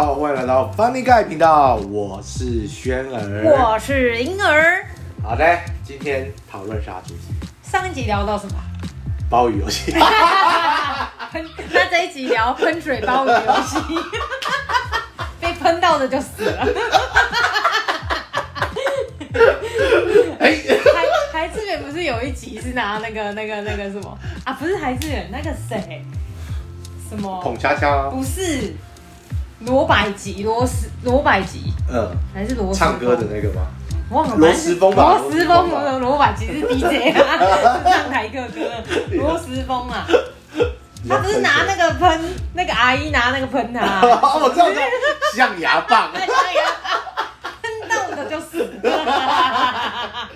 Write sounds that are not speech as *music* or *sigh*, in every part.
到 Funny Guy 频道，我是轩儿。我是婴儿。好的，今天讨论啥主题？上一集聊到什么？鲍鱼游 *laughs* 戏。喷。那这一集聊喷水包的游戏， *laughs* 被喷到的就死了。哎，孩孩志远不是有一集是拿那个那个那个什么啊？不是孩志远，那个谁？什么捧？恰恰，不是罗百吉，罗斯罗百吉嗯，还是罗斯唱歌的那个吗？忘了罗斯风吧罗斯罗风，斯风吧罗罗百吉是 DJ *laughs* 啊，唱台客歌，罗斯风啊，他不是拿那个喷，那个阿姨拿那个喷他、啊，哦， *laughs* 我知道，知道象牙棒。 *laughs* 哎呀，喷到的就死了。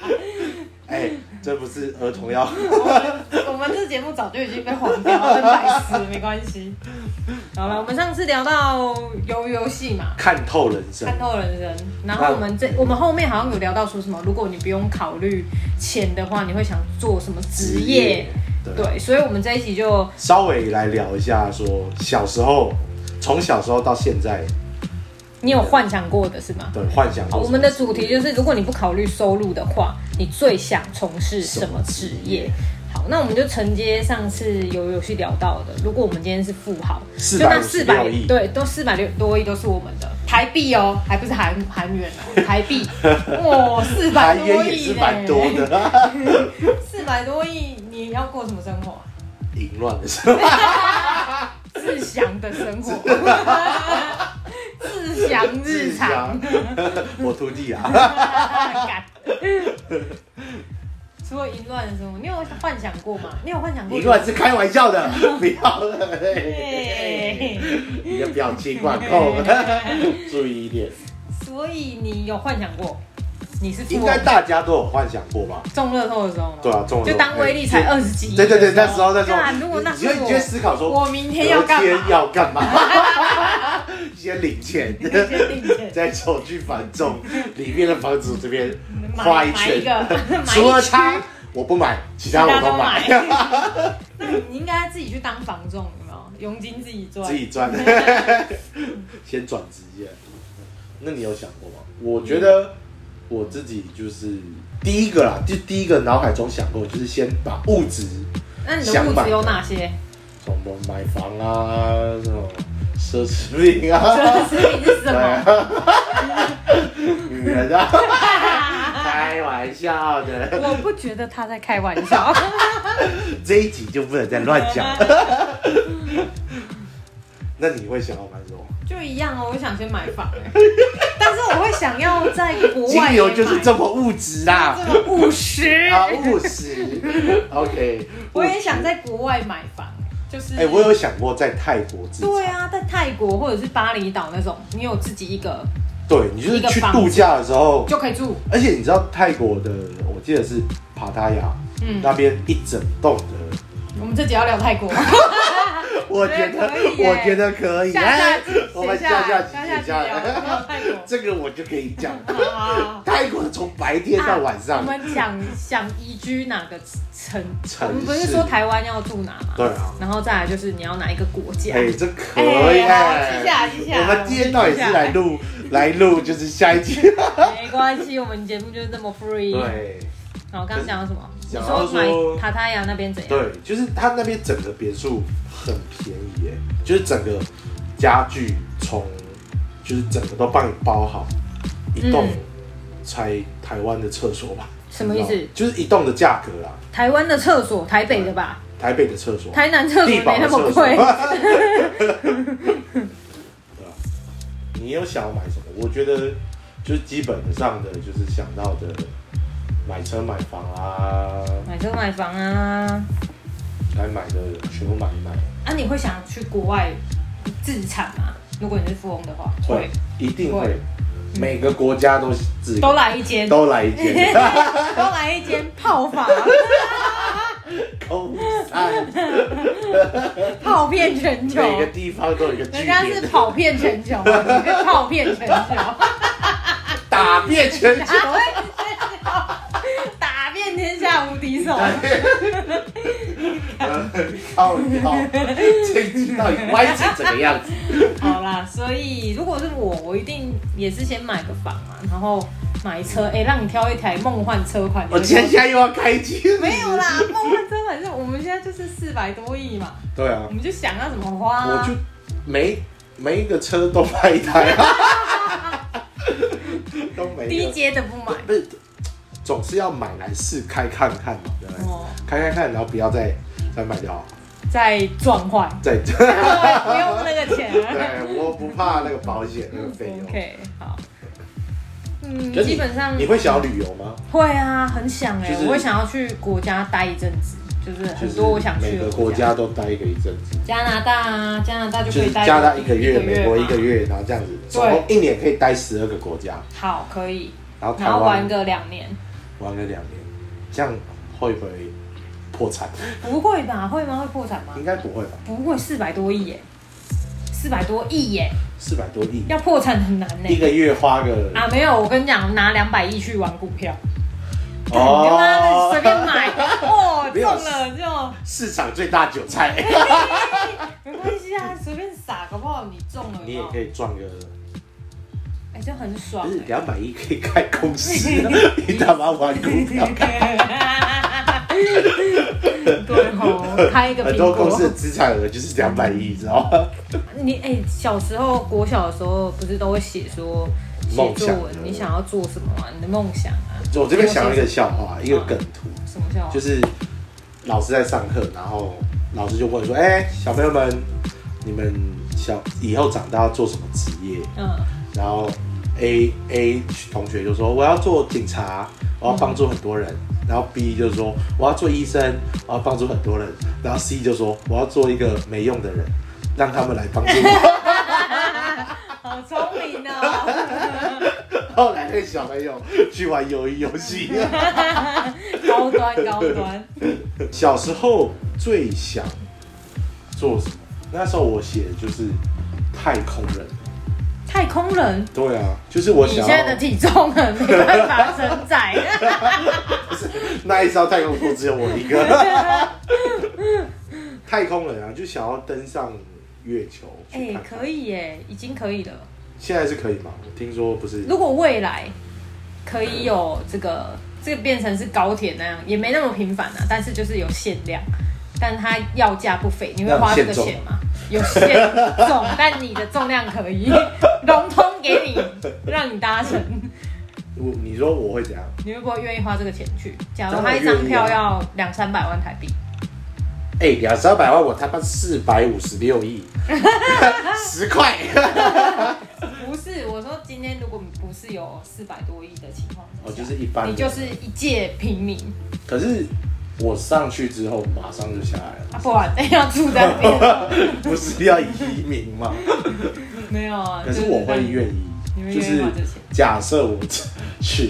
哎，这不是儿童要。我们这节目早就已经被黄掉了，跟白痴没关系。好了，我们上次聊到游游戏嘛，看透人生，看透人生。然后我们这我们后面好像有聊到说什么，如果你不用考虑钱的话，你会想做什么职业？对，对，所以我们这一集就稍微来聊一下，说小时候，从小时候到现在，你有幻想过的是吗？对，幻想好，过我们的主题就是，如果你不考虑收入的话，你最想从事什么职业？好，那我们就承接上次有游戏聊到的，如果我们今天是富豪， 456就那四百亿对，都四百六多亿都是我们的台币哦，还不是韩韩元哦，台币，哇，四百台多烟也亿是呢，蛮多的， *laughs* 四百多亿，你要过什么生活啊？淫乱的时候，自祥的生活，自祥日常。 *laughs* 我徒弟啊， *laughs* 干 *laughs* 除了淫乱的生活，你有幻想过吗？你有幻想过？淫乱是开玩笑 *laughs* 的，不要了，对。你的表情管控， *laughs* 注意一点。所以你有幻想过？你是富应翁该大家都有幻想过吧？中乐透的时候吗？对啊中乐透就当威力才哎二十几亿的对时候。对对，那时候那时候，干如果那你时就候你就会思考说，我明天要干隔嘛天？要干嘛？ *laughs* 先领钱， *laughs* 先定钱再走去反中里面的房子这边买画一买一圈个，买一，除了 *laughs* 它区我不买，其其他他我都买，买。 *laughs* 那你应该自己去当房仲，有没有？佣金自己赚。自己赚， *laughs* 先转职业。那你有想过吗？我觉得我自己就是第一个啦，就第一个脑海中想过，就是先把物质那你的想物法质有哪 *laughs* 些？ *laughs* 什么买房啊，什么奢侈品啊，奢侈品是什对么？啊， *laughs* 女人啊，开玩笑的，我不觉得他在开玩笑。这一集就不能再乱 *laughs* 讲。那你会想要买什么？就一样哦，我想先买房、欸， *laughs* 但是我会想要在国外金也牛买就是这么物质啊啦，这么务实。啊，务 *laughs* 实。OK，我也想在国外买房，就是哎、我有想过在泰国自对产，啊，在泰国或者是巴厘岛那种，你有自己一个对你就是一个去房子度假的时候，就可以住，而且你知道泰国的，我记得是帕塔亚、嗯，那边一整栋的，我们这集要聊泰国，我觉得可以耶我觉得可以，下下哎集， *laughs* 我们写下下来 *laughs* 集下哦写集下聊聊来，泰国。 *laughs* 这个我就可以讲。好好好泰国从白天到晚啊上我，们想想移居哪个城？城我们不是市说台湾要住哪吗？对啊，然后再来就是你要哪一个国家？哎，这可以哎好记下哎来记。下来我们今天到底是来录来录，就是下 *laughs* 一集。没关系，我们节目就是这么 free。对然后刚刚讲到什么？你讲到说说买塔塔亚那边怎样？对，就是他那边整个别墅很便宜耶，就是整个家具从就是整个都帮你包好，一栋嗯才台湾的厕所吧？什么意思你知道吗就是一栋的价格啦，台湾的厕所，台北的吧，台北的厕所，台南厕所地没堡那的么厕所。贵对。 *laughs* 吧？你有想要买什么？我觉得就是基本上的，就是想到的买车、买房啊，买车买房啊，该买的全部买一买。啊，你会想去国外自产吗？如果你是富翁的话，会，一定会嗯会，每个国家都是自己都来一间，都都来一件， *laughs* *laughs* 来一间泡房，空山，泡遍全球。每个地方都有一个据人家是点，跑遍全球，你是泡 *laughs* 遍全球， *laughs* 打遍全球。打遍天下无敌手。靠腰，这一集到底歪成这个样 *laughs* 子？好啦，所以如果是我，我一定也是先买个房嘛，然后买车，哎、让你挑一台梦幻车款。嗯我今天现在又要开机，没有啦， *laughs* 梦幻车款是我们现在就是四百多亿嘛，对啊我，们就想要怎么花、我就每每一个车都买一台 *laughs* *laughs* 啊，都没低阶的不买。不是，总是要买来试开看看嘛，对不对？哦，开开看，然后不要再再卖掉，再 *laughs* 撞坏，再对，不用那个钱、我不怕那个保险那个费用。 OK，好。嗯，可是你基本上你会想要旅游吗？会啊，很想哎、就是我会想要去国家待一阵子，就是很多我想就是去每个的国家，家都待一个一阵子，加拿大啊，加拿大就可就是以待加拿大一个月，嘛美国一个月，然后这样子，总共一年可以待十二个国家，好，可以，然后台然后湾玩个两年，玩了两年，这样会不会破产？ *laughs* 不会吧？会吗？会破产吗应？该不会吧？不会，四百多亿耶，四百多亿耶，四百多亿，要破产很难呢一。个月花个啊，没有，我跟你讲，拿两百亿去玩股票， *laughs* 你他妈的哦随便买，哦，没中有了就 *laughs* 市场最大韭菜，没关系啊，随便撒，搞不好你中了，你也可以，以赚个，哎，就很爽不是 *laughs* 欸。两百亿可以开公司，啊你干嘛玩股 *laughs* 票？对吼，开一个很苹多公司的果。资产额就是两百亿，知道吗？你哎、小时候国小的时候不是都会写说写梦想作文，你想要做什么啊？你的梦想啊？我这边想了一个笑话，一个梗图，什么叫？就是老师在上课，然后老师就问说：“哎、小朋友们，你们小以后长大要做什么职业嗯，？”然后 A A 同学就说：“我要做警察，我要帮助很多人。然后 B 就说：“我要做医生，我要帮助很多人。”然后 C 就说：“我要做一个没用的人，让他们来帮助 *laughs* 我。好聪明哦，”后来那个小朋友去玩鱿鱼游戏。 *laughs* 高端高端。小时候最想做什么？那时候我写的就是太空人。太空人，对啊，就是我你现想在的要体重很没办法承载。 *laughs* 那一艘太空服只有我一个。 *laughs* 太空人啊，就想要登上月球哎、去看看。可以耶，已经可以了。现在是可以吗？我听说不是。如果未来可以有这个，这个变成是高铁那样，也没那么频繁啊，但是就是有限量，但它要价不菲，你会花这个钱吗？有限 *laughs* 重，但你的重量可以 *laughs* 融通给你，让你搭乘，我你说我会怎样？你会不会愿意花这个钱去？假如当他然一张愿意啊票要两三百万台币，哎、两三百万，我他妈四百五十六 *laughs* 亿，十块。不是我说今天如果不是有四百多亿的情况之下，哦，就是一般。你就是。一介平民，可是我上去之后，马上就下来了。啊、不然要住在那 *laughs* 边。不是要移民吗？没有啊，可是我会约，愿你意，会就愿意是花这钱假设我 *laughs* 此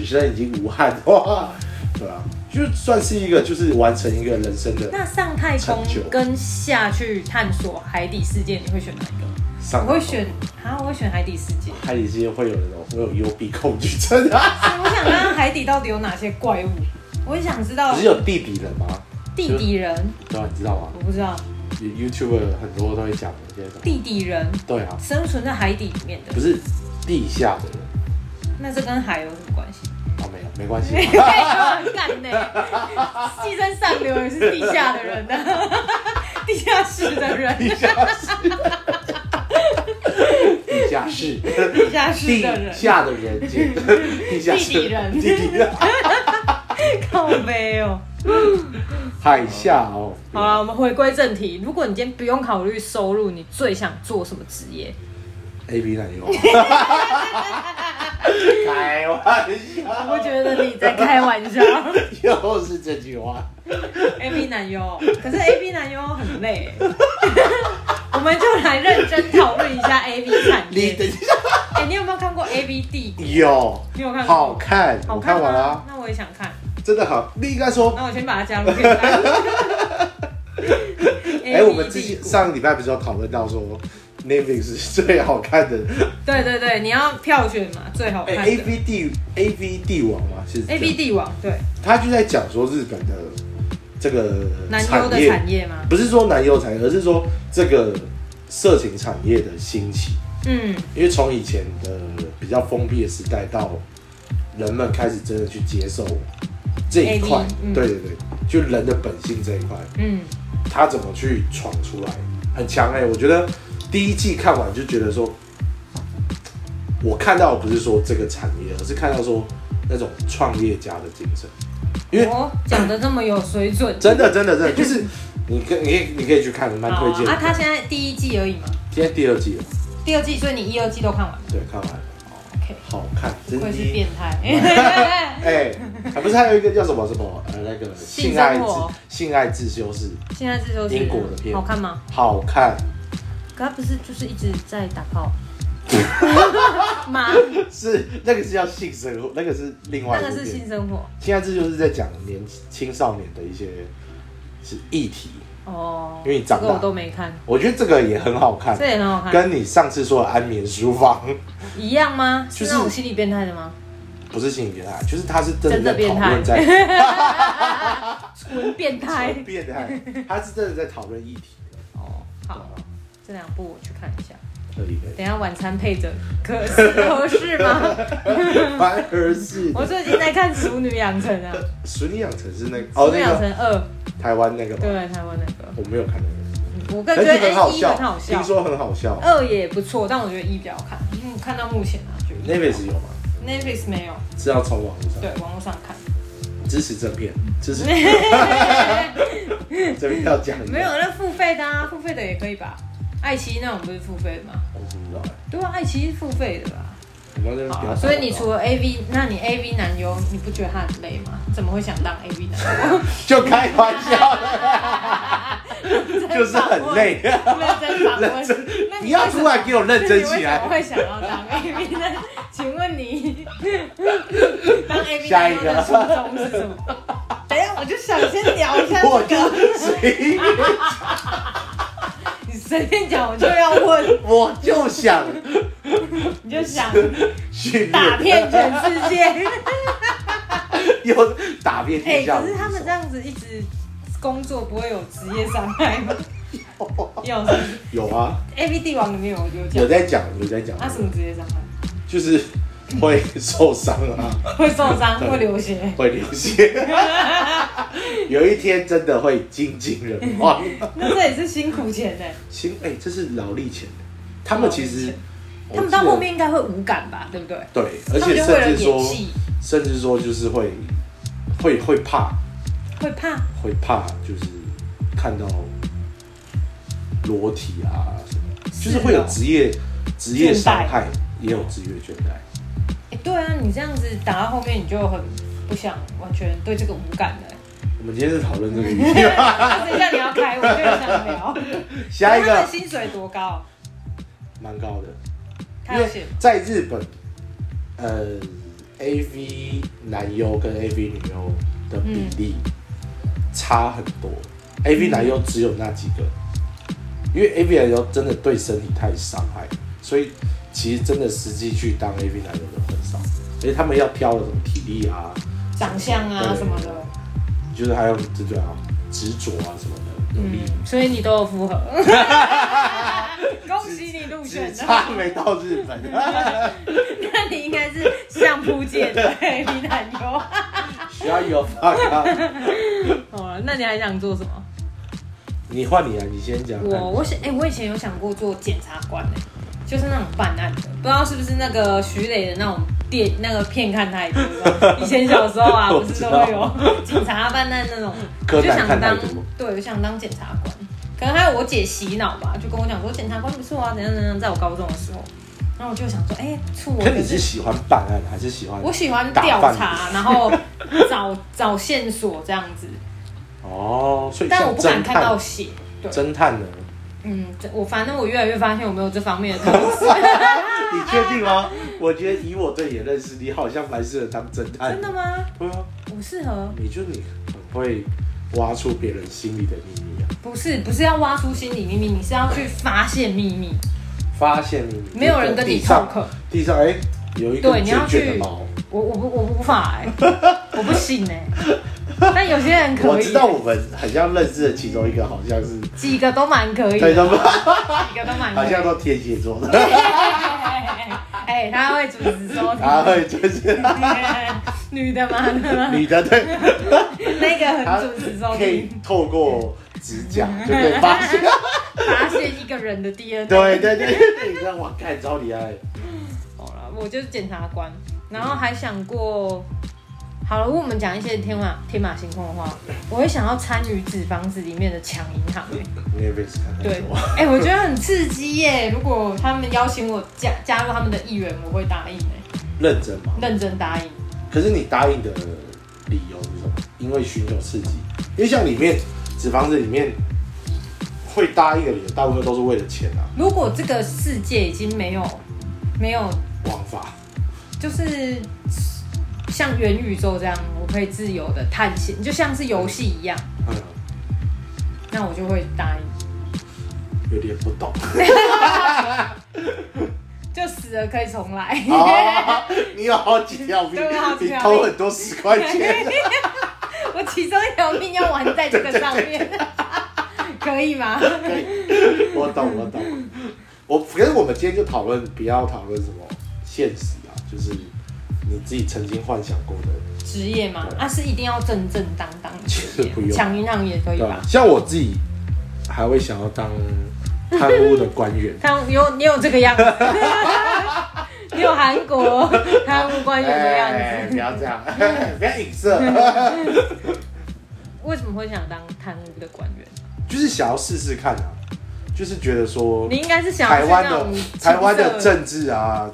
生已经无憾的话，对啊，就算是一个就是完成一个人生的那上太空成就跟下去探索海底世界，你会选哪一个？上。我会选啊，我会选海底世界。海底世界会有那种会有幽闭恐惧症 *laughs* 啊，我想看看海底到底有哪些怪物，我很想知道不是有地底人吗？地底人，对啊，你知道吗我不知道有？YouTube 很多都会讲这些东西。地底人对啊，生存在海底里面的不，是地下的人那这跟海有什么关 *laughs* 系？哦，没有，没关系。 *laughs* 干呢，寄生上流也是地下的人呢、啊 *laughs* 地下室的人，地下室，地下室，地下室地的人，下的人间，地下室地底人地底人，靠背哦。海下哦。好了，我们回归正题。如果你今天不用考虑收入，你最想做什么职业？ A B 男优， *laughs* 开玩笑，我觉得你在开玩笑。又是这句话。 *laughs* A B 男优，可是 A B 男优很累。我们就来认真讨论一下 A B 产你等业。一下，哎、你有没有看过 A B 帝国？有，你有看过好看，好我看吗完了，那我也想看。真的好。你应该说，那我先把它加入片单。 *laughs* 哎，我们之 A B 帝前国上个礼拜不是有讨论到说 Netflix 是最好看的，对对对，你要票选嘛，最好看哎的。 ，A B 帝 A B 帝王嘛，是 A B 帝王，对，他就在讲说日本的这个男优的产业吗？不是说男优产业，而是说这个色情产业的兴起。嗯，因为从以前的比较封闭的时代到人们开始真的去接受这一块 AV，嗯对对对，就人的本性这一块，嗯，他怎么去闯出来，很强哎、我觉得第一季看完就觉得说，我看到的不是说这个产业，而是看到说那种创业家的精神。因为哦，讲的这么有水准，真的，真的，真的，就是你可你可以你可以去看，蛮推荐好啊，他的。现在第一季而已嘛，今天第二季了，第二季，所以你一、二季都看完了对，看完了，哦，OK，好看，不真愧是的变。态。哎、还不是还有一个叫什么什么呃那个性爱生自活性爱自修室， *laughs* 现在这就是英国的片好看吗？好看，可他不是就是一直在打炮 *laughs* 吗？是那个是叫性生活，那个是另外那一部个片。是性生活性爱自修室在讲年青少年的一些是议题，哦，因为你长大这个我都没看，我觉得这个也很好看这，也很好看，跟你上次说的安眠书房一样吗？就是是那种心理变态的吗？不是心理变态，就是它是真真的的在 *laughs* 变讨态论在纯变态很变态，它是真的在讨论议题。哦，好，这两部我去看一下。可 *laughs* 以可以，等一下晚餐配着可是合适吗？ *laughs* 反而是我最近在看《熟女养成》啊，熟女养成是那个《哦熟女那个养成二》台湾那个吗？对台湾那个，我没有看那我个个，人但觉是得很好 A 一笑很好，笑呃听，说很好笑。二也不错，但我觉得一比较好看，因为我看到目前啊，觉得 Navis 有吗？ Netflix 没有，是要从网络上对网络上看，支持正片，支持 *laughs* 这边要讲一下没有，那付费的啊，付费的也可以吧？爱奇艺那种不是付费的吗？我不知道哎。对啊，爱奇艺是付费的吧？我刚才好不要啊，所以你打除了 AV，那你 AV 男优，你不觉得他很累吗？你怎么会想当 AV 男优？ *laughs* 就开玩笑的，就是很累。认真 *laughs* 访问，那你要突然给我认真起我来。会想要当 AV 呢？ *laughs* 请问 *laughs* 你当 AV 下男一优个的初衷是 *laughs* 什么？等一下，我就想先聊一下我这个，就 *laughs* 随，你随便讲，我就要问，啊我就想你就想训打练，遍全 *laughs* 世界。又打遍哎、天下无可敌手。是他们这样子一直工作，不会有职业伤 *laughs* 害吗？有是不是有啊， A V 帝王里面有有有讲，在讲，有在讲，他、啊什么职业伤害？就是会受伤啊，会受伤，会流血，会流 *laughs* 血，有一天真的会精尽人亡。那这也是辛苦钱呢、行，哎，这是劳力钱，他们其劳力实钱我他们到记得后面应该会无感吧，对不对？对，而他们且就为了甚至说演，戏甚至说就是会会会怕，会怕，会怕就是看到裸体啊什么，就是会有哦职业职业伤害，也有职业倦怠。哎、对啊，你这样子打到后面，你就很不想，完全对这个无感了、 *laughs* 我们今天是讨论这个议 *laughs* 题，那等一下你要开，我就很 *laughs* 想聊。下一他们个的薪水多高？蛮高的，他因有为写在日本，呃，AV 男优跟 AV 女优的比例嗯差很多、a v 男优只有那几个，因为 AV 男优真的对身体太伤害，所以其实真的实际去当 AV 男优的很少，而且他们要挑的什么体力啊，长相啊对什么的，就是还有这种啊执着啊什么的，努力。嗯，所以你都有符合。恭喜你入只选了，差没到日 *laughs* 本， *laughs* 那你应该是相扑界的 AV 男优。需要有 fuck up 哦，那你还想做什么？你换你啊，你先讲。我我想，哎、我以前有想过做检察官、欸，就是那种办案的，不知道是不是那个徐磊的那种电那个片看太多了。以前小时候啊，不是都会我有警察办案那种，柯我就南想看太当多，对，我想当检察官。可能还有我姐洗脑吧，就跟我讲说检察官不错啊，怎样怎样，在我高中的时候，然后我就想说，哎、处我可可你是是喜欢办案还是喜欢？我喜欢调查，然后找找线索这样子，哦，所以但像我不敢侦看到探，血。对，侦探呢？嗯，这我反正我越来越发现我没有这方面的东西，你确定吗？我觉得以我对你的认识，你好像蛮适合当侦探。真的？吗？对啊，我适合？你就你很会挖出别人心里的秘密啊，不是，不是要挖出心理秘密，你是要去发现秘密，发现秘密。没有人跟地你上 talk。地上哎、有一对根你要卷卷的去毛，我我不我无法哎、我不信 *laughs* 哎、但有些人可以、我知道我们很像认识的其中一个，好像是几个都蛮可以的，对他们几个都蛮好可以 *laughs* 像的。都天蝎座的，哎、他会准时收听。然后 *laughs* 就是女的吗？ *laughs* 女的对，那个她很准时收可以听，透过指甲就可以发现，发现一个人的 DNA。对对对对，你知道哇，看超厉害，好了，我就是检察官，然后还想过，好了，如果我们讲一些天马天马行空的话，我会想要参与纸房子里面的抢银行、欸。你也被看太对多，，哎、我觉得很刺激耶、如果他们邀请我加加入他们的议员，我会答应哎、认真吗？认真答应。可是你答应的理由是什么？因为寻求刺激，因为像里面纸房子里面会答应的理由，大部分都是为了钱啊，如果这个世界已经没有没有，枉法。就是像元宇宙这样，我可以自由的探险，就像是游戏一样，嗯，那我就会答应。有点不懂。就死了可以重来。啊，你有好几条命对我有好，几你条偷很多十块钱， *laughs* 我其中一条命要玩在这个上面， *laughs* 可以吗？可以我懂，我懂。我可是我们今天就讨论，不要讨论什么现实啊，就是你自己曾经幻想过的职业嘛，对啊是一定要正正当当的职是不业，用抢银行也可以对啊吧，吧？？像我自己还会想要当贪污的官员他你有你有这个样子， *laughs* 你有韩国贪污 *laughs* 官员的样哎不子，要这 *laughs* 样，不要影射，为什么会想当贪污的官员？ *laughs* 就是想要试试看啊，就是觉得说你应该是想要台去湾那的种 *laughs* 台湾的青涩政治啊，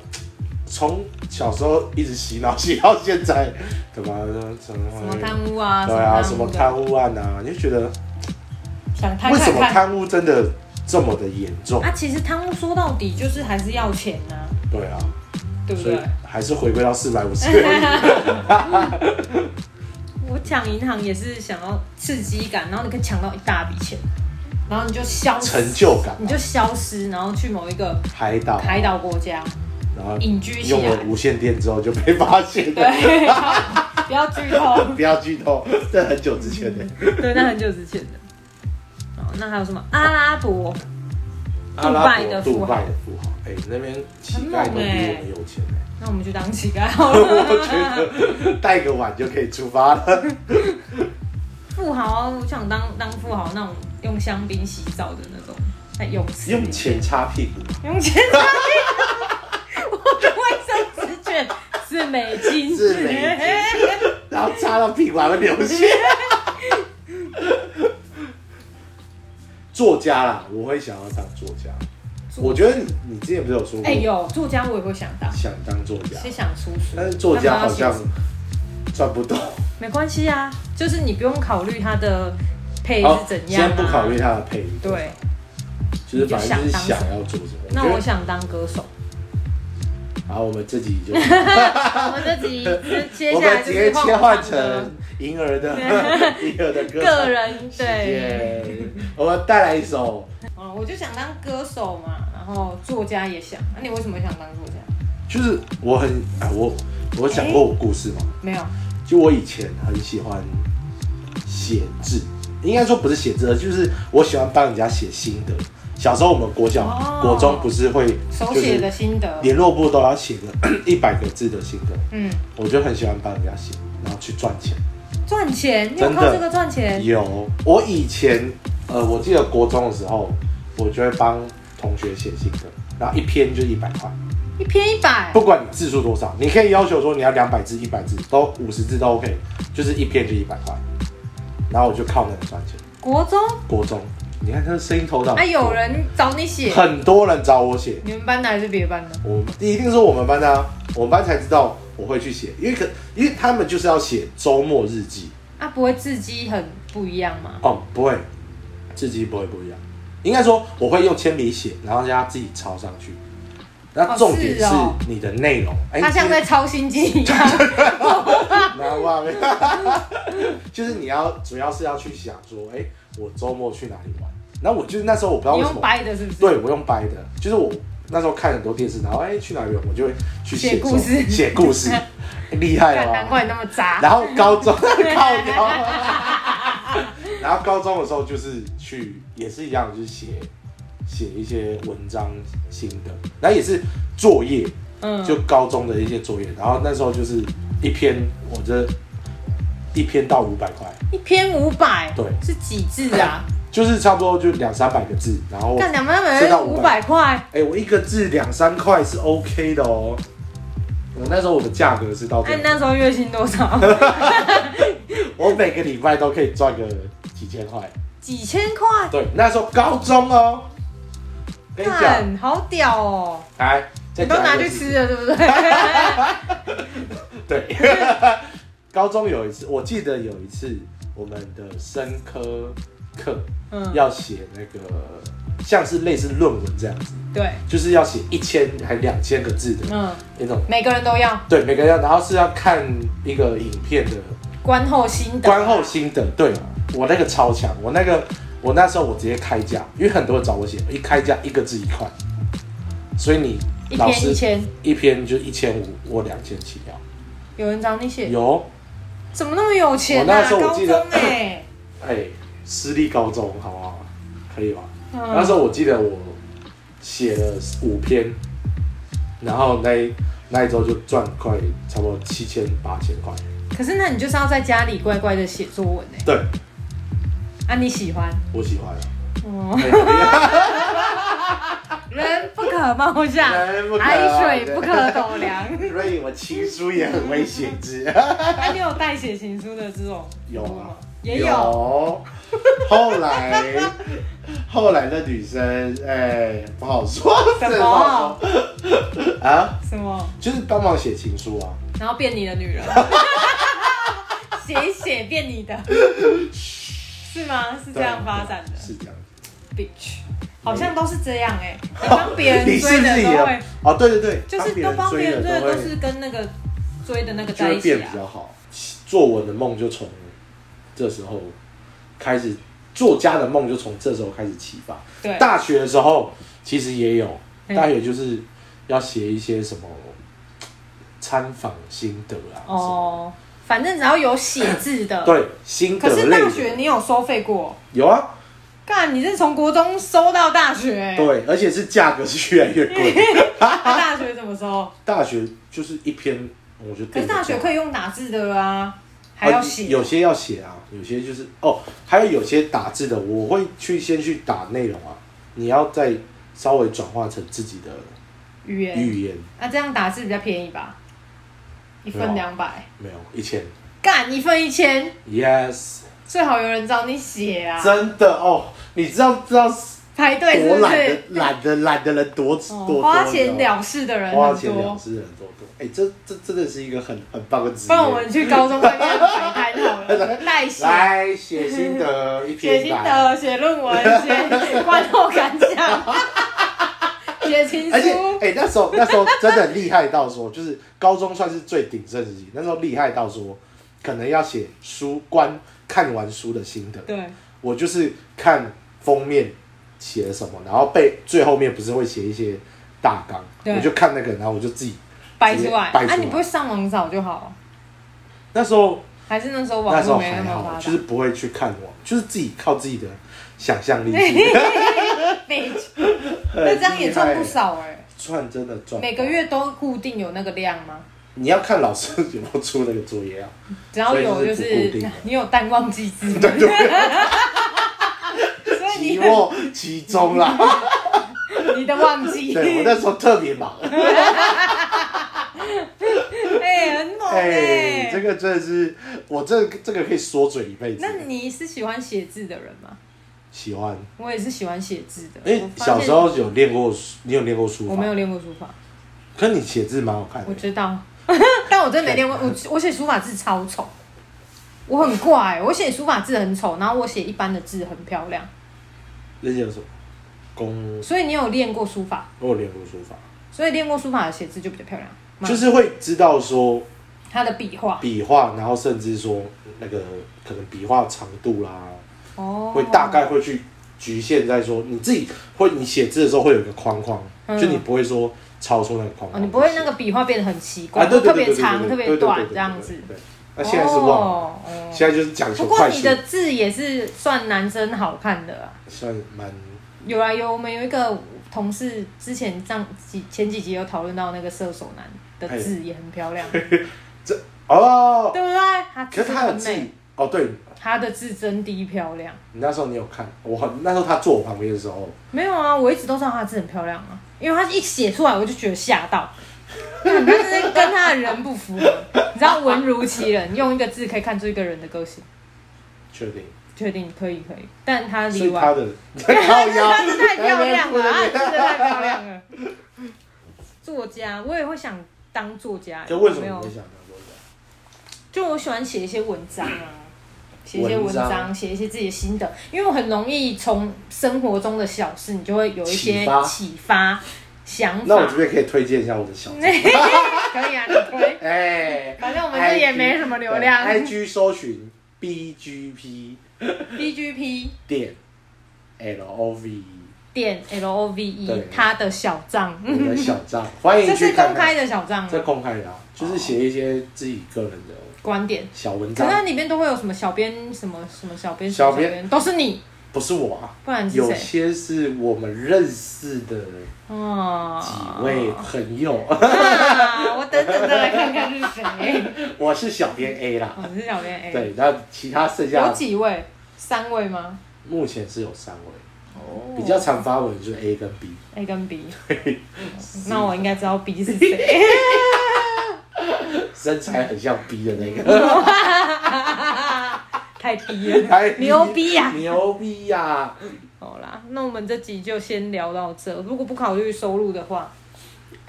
从小时候一直洗脑洗到现在，干嘛呢？什什么么贪污啊，对啊，什什么么贪污污案啊，你就觉得的，想贪为什么看看贪污真的这么的严重？啊？其实贪污说到底就是还是要钱呐，对啊，对不所以对？还是回归到四百五 *laughs* 十元。我抢银行也是想要刺激感，然后你可以抢到一大笔钱，然后你就消失，成就感你就消失，然后去某一个海岛，海岛 *laughs* 国家然后隐居起用了来。无线电之后就被发现了。对，不要剧 *laughs* 透。不要剧透，这很久之前的。对，那很久之前的。哦，那还有什么？阿拉伯，阿拉伯 *laughs* 杜拜的富杜豪欸拜的富豪，哎、那边乞丐都比我们有钱哎、那我们就当乞丐 *laughs* 好我了。 *laughs* 觉得带个碗就可以出发了。富豪，我想当当富豪那种用香槟洗澡的那种，在泳池里面用钱擦屁股用钱擦屁股，我的卫生纸卷是美金，是美金然后擦到屁股还会流血。 *laughs* 作家啦，我会想要当作家。作我觉得你你之前不是有说过、哎、有作家我也会想当，想当作家，是想出书，但是作家那好么要像写什么赚不动。没关系啊，就是你不用考虑他的配好是，怎样、啊，先不考虑他的配音，对，就是反正就是想要做什么。那觉得我想当歌手。然后我们这集 *laughs* 就，我们这集接 *laughs* 我下来们直就接是切换我唱歌成婴儿的婴儿的歌个人时对，间，我们带来一首，哦，我就想当歌手嘛，然后作家也想。那、你为什么想当作家？就是我很啊，我我讲过我故事嘛，没有，就我以前很喜欢写字，应该说不是写字，而就是我喜欢帮人家写心得。小时候我们国小、哦国中不是会手就写的是心得，联络部都要写个 *coughs* 一百个字的心得，嗯，我就很喜欢帮人家写，然后去赚钱。赚钱，你有真的靠这个赚钱？有，我以前呃，我记得国中的时候，我就会帮同学写信的，然后一篇就一百块，一篇一百不，管你字数多少，你可以要求说你要两百字、一百字，都五十字都 OK，就是一篇就一百块，然后我就靠那个赚钱。国中国中，你看他的声音头脑，啊，有人找你写，很多人找我写，你们班的还是别班的？我一定是我们班的、啊，我们班才知道我会去写，因为可因为他们就是要写周末日记。啊，不会字迹很不一样吗？哦，不会，字迹不会不一样。应该说我会用铅笔写，然后让他自己抄上去。那重点是是哦你的内容，哎他像在抄心经一样，难忘， *laughs* 就是你要主要是要去想说，哎、我周末去哪里玩？然后我就是那时候我不知道你为什用么，啊掰的是不是？对我用掰的，就是我那时候看很多电视，然后哎、去哪边我就会去写说故事写故 *laughs* 事，厉害干哦。难怪你那么渣。然后高 *laughs* 中靠腰， *laughs* 然后高中的时候就是去也是一样，就是写写一些文章心得，然后也是作业，嗯，就高中的一些作业，然后那时候就是一篇我这一篇到五百块，一篇五百，对是几字 *laughs* 啊？就是差不多就两三百个字，然后干两百这到本五百块，哎、我一个字两三块是 OK 的哦。我那时候我的价格是到那这你个，哎那时候月薪 *laughs* 多少？我每个礼拜都可以赚个几千块。几千块，对，那时候高中哦，跟你讲，干好屌哦！来，再你都讲拿一个去事吃情。了，对不 *laughs* 对？对， *laughs* 高中有一次，我记得有一次我们的生科课嗯，要写那个像是类似论文这样子，对，就是要写一千还两千个字的嗯，那种。每个人都要对，每个人要，然后是要看一个影片的观后心得，观后心得。对我那个超强，我那个我那时候我直接开价，因为很多人找我写，一开价一个字一块，所以你一老篇师一千，一篇就一千五或两千起跳。有人找你写，有，怎么那么有钱我那啊？时候我高记得中 *laughs* 哎，哎、私立高中好不好？可以吧？那时嗯，候我记得我写了五篇，然后那一那一周就赚快差不多七千八千块。可是那你就是要在家里乖乖的写作文哎，对，啊，你喜欢？我喜欢啊。哦，哎怎么样 *laughs* 人不可貌相，人不可海水不可斗量。 *laughs* 所以我情书也很会写字。那哎你有代写情书的这种？有啊， *laughs* 也有有后来，后来那女生，哎、不好说，*laughs* 什么真的不好说啊？什么？就是帮忙写情书啊。然后变你 *laughs* 的女人，写一写变你的，是吗？是 *laughs* 这样发展的对是这样。 ，bitch，好像都是这样哎、欸， *laughs* 帮别人你是追不是的也都有会，？哦，对对对，就是都帮帮别别人人追追的的都都是会跟那个追的那个就在会一起变啊比。较好。作文的梦就从这时候开始，作家的梦就从这时候开始启发。对，大学的时候其实也有，嗯大学就是要写一些什么参访心得啊，什么哦，反正只要有写字的。的，对心得可是类大的学你有收费过？有啊，干，你是从国中收到大学、欸？对，而且是价格是越来越 *laughs* 贵。那 *laughs* 大学怎么收？大学就是一篇，我觉得可是大学可以以用打字的啊，还要写。有些要写啊，有些就是哦，还有有些打字的，我会去先去打内容啊，你要再稍微转化成自己的语言，语言，那、这样打字比较便宜吧？一份没有两百，没有一千干一份一千， ，yes，最好有人找你写啊，真的哦，你知道知道。排队是多不懒的是？懒的懒的人多哦多花钱，了事的人多花很钱了多，事人多多。哎，这这真的是一个很很棒的职业。不然我们去高中外面摆摊好 *laughs* 了，代写。来写心 *laughs* 得一篇写心得、写论文、写观后感 *laughs* 想、写情而且，书，哎、那时候那时候真的厉害到说，就是高中算是最鼎盛时期。那时候厉害到说，可能要写书观看完书的心得。对，我就是看封面写了什么，然后背最后面不是会写一些大纲，对我就看那个，然后我就自己摆出来。摆出啊，来你不会上网找就好，那时候还是那时候那网时候络没还那么发好，达？ *laughs* 就是 *laughs* 不会去看网，就是自己靠自己的想象力。去 *laughs* 那这样也赚不， *laughs* 少哎、赚真的赚。每个月都固定有那个量吗？你要看老师有没有出那个作业 *laughs* 啊？只要所有就是以就是不固定的你有淡旺季制，对对，所以期你末、期中啦。你的旺 *laughs* 季，对我那时候特别忙，哎、很猛哎、哎，这个真的是我这这个可以说嘴一辈子那。你是喜欢写字的人吗？喜欢，我也是喜欢写字的。哎我，发现小时候有练过书，你有练过书法？我没有。练过书法，可你写字蛮好看我的，知道， *laughs* 但我真的没练过。我我写书法字超丑，我很怪、我写书法字很丑，然后我写一般的字很漂亮。那些有什么？公，所以你有练过书法，我有练过书法，所以练过书法的写字就比较漂亮吗。就是会知道说他的笔画笔画，然后甚至说那个可能笔画长度啦，哦，会大概会去局限在说你自己会你写字的时候会有一个框框，就你不会说超出那个框嗯哦，框。你不会那个笔画变得很奇怪，啊，对对特对别对对对长、对特对别对对短对这样子。对，那现在是忘了，哦哦现在就是讲不求过快你速的，字也是算男生好看的啊。算蛮有啊有，我们有一个同事之前上几前几集有讨论到那个射手男哎的字也很漂亮，对不哦。对？他可字是他的很字美，哦，对他的字真的漂亮。你那时候你有看我很，那时候他坐我旁边的时候，没有啊，我一直都知道他的字很漂亮啊，因为他一写出来我就觉得吓到，但是跟他的人不符合。你知道文如其人，用一个字可以看出一个人的个性，确定，确定可以可以，但他所例以外。他的 *laughs* 靠腰真的太漂亮了，啊，哎真的太漂亮了。作家，我也会想当作家。就为什么没你有会？想当作家？就我喜欢写一些文章啊，写一些嗯文文章章，写一些自己的心得，因为我很容易从生活中的小事，你就会有一些启发启发、想那我法。这边可以推荐一下我的小 *laughs* 可以啊，你推。哎，反正我们这也没什么流量。 IG 搜寻 BGP BGP 点 LOV，点 L O V 对 E，他的小账，我的小账，欢 *laughs* 这迎是去看公开看。的小账吗这公开的啊，就是写一些自己个人的观点。小文可是它章，里面都会有什么小编什么什么小编小编编都是你，不是我啊，不然是有谁？些是我们认识的哦，几位朋友， *laughs* 啊，我等等再来看看是谁。我是小编 A 啦。哦，你是小编 A，对，那其他剩有下几位？三位吗？目前是有三位，哦比较常发文就是 A 跟 B。 *laughs* A 跟 B，嘿那我应该知道 B 是谁。 *laughs* 身材很像 B 的那个，*laughs* 太低了，哎牛逼啊呀、牛逼啊呀、好啦，那我们这集就先聊到这。如果不考虑收入的话，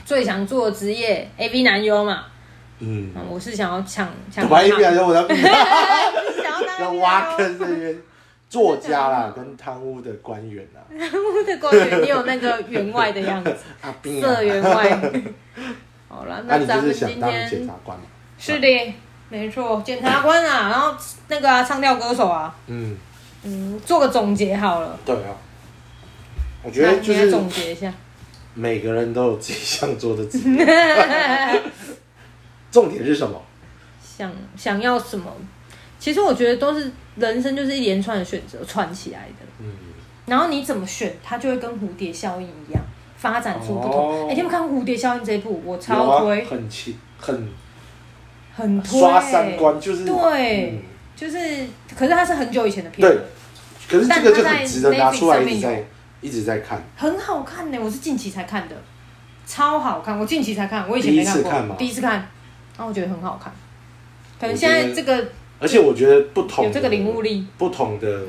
最想做的职业 AV 男优嘛，嗯，嗯，我是想要抢抢我还一秒想就我在啊 *laughs* 要当要 AV 挖男优坑这边，作家 *laughs* 啦，跟贪污的官员啊啦，我的官员，你有那个员外的 *laughs* 样子，阿兵啊社，员 *laughs* 外。好了，那那你咱就们是今想当检天察官嘛？是的，没错，检察官啊，然后那个、啊、唱跳歌手啊，嗯，嗯，做个总结好了。对啊，我觉那得你就来是总结一下，每个人都有自己想做的职业， *laughs* 重点是什么？想想要什么？其实我觉得都是人生就是一连串的选择串起来的，嗯，然后你怎么选，它就会跟蝴蝶效应一样发展出不同。哎、哦你有没有看《蝴蝶效应》这一部？我有超啊推，很奇，很很推、刷三观，就是对嗯就是，可是它是很久以前的片，对，可是这个就但它很在值得拿出来一直 Netflix 上面在一直在看。很好看呢、我是近期才看的，超好看，我近期才看，我以前第一没看次过，看吗第一次看，然后我觉得很好看，可能我现觉得在这个而且我觉得不同有这个领悟力，力，不同的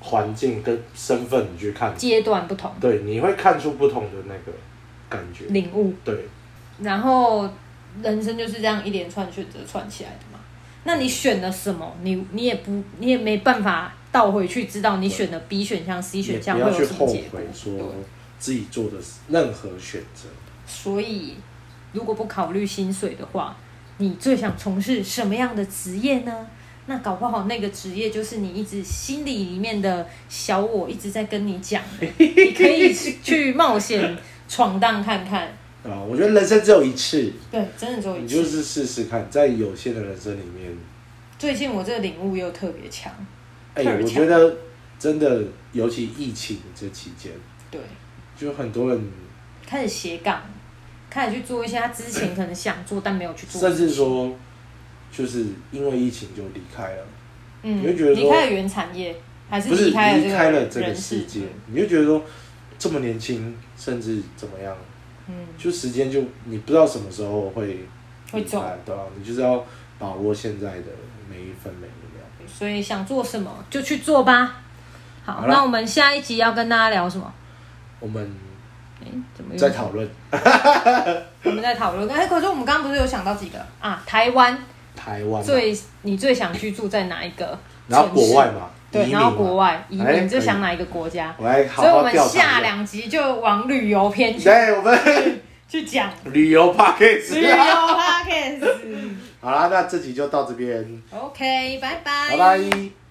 环境跟身份你去看，阶段不同，对，你会看出不同的那个感觉。领悟，对，然后人生就是这样一连串选择串起来的嘛。那你选了什么？你你也不你也没办法倒回去知道你选的 B 选项、C 也选不项会要去有什后么结悔果。说对自己做的任何选择。所以，如果不考虑薪水的话，你最想从事什么样的职业呢？那搞不好那个职业就是你一直心里里面的小我一直在跟你讲的，你可以去去冒险闯荡看看。啊，我觉得人生只有一次，对，真的只有一你次。就是试试看，在有限的人生里面，最近我这个领悟又特别强，哎、特别我强觉得真的，尤其疫情这期间，对，就很多人开始斜杠，开始去做一些他之前可能想做但没有去做的甚事情，至说，就是因为疫情就离开了，嗯，你会觉得说离开了原产业，还是不是离开离开了了这这个个人世世界，你就觉得说这么年轻，甚至怎么样，嗯，就时间就你不知道什么时候会会离开走。对啊，你就是要把握现在的每一分每一秒。所以想做什么就去做吧。好，好啦那我们下一集要跟大家聊什么？我们哎、怎么又在讨论我们在讨论。哎、可是我们刚刚不是有想到几个啊？台湾台湾嘛，最你最想居住在哪一个？然后国外，嘛，移对，民然嘛后国外移哎民，你最可以想哪一个国家？我来好所以我好们调查一下两集就往旅游篇去对，我们 *laughs* 去讲。旅游 p a c k a g 旅游 e podcast，OK，、好啦，那这集就到这边， OK，拜拜拜，拜。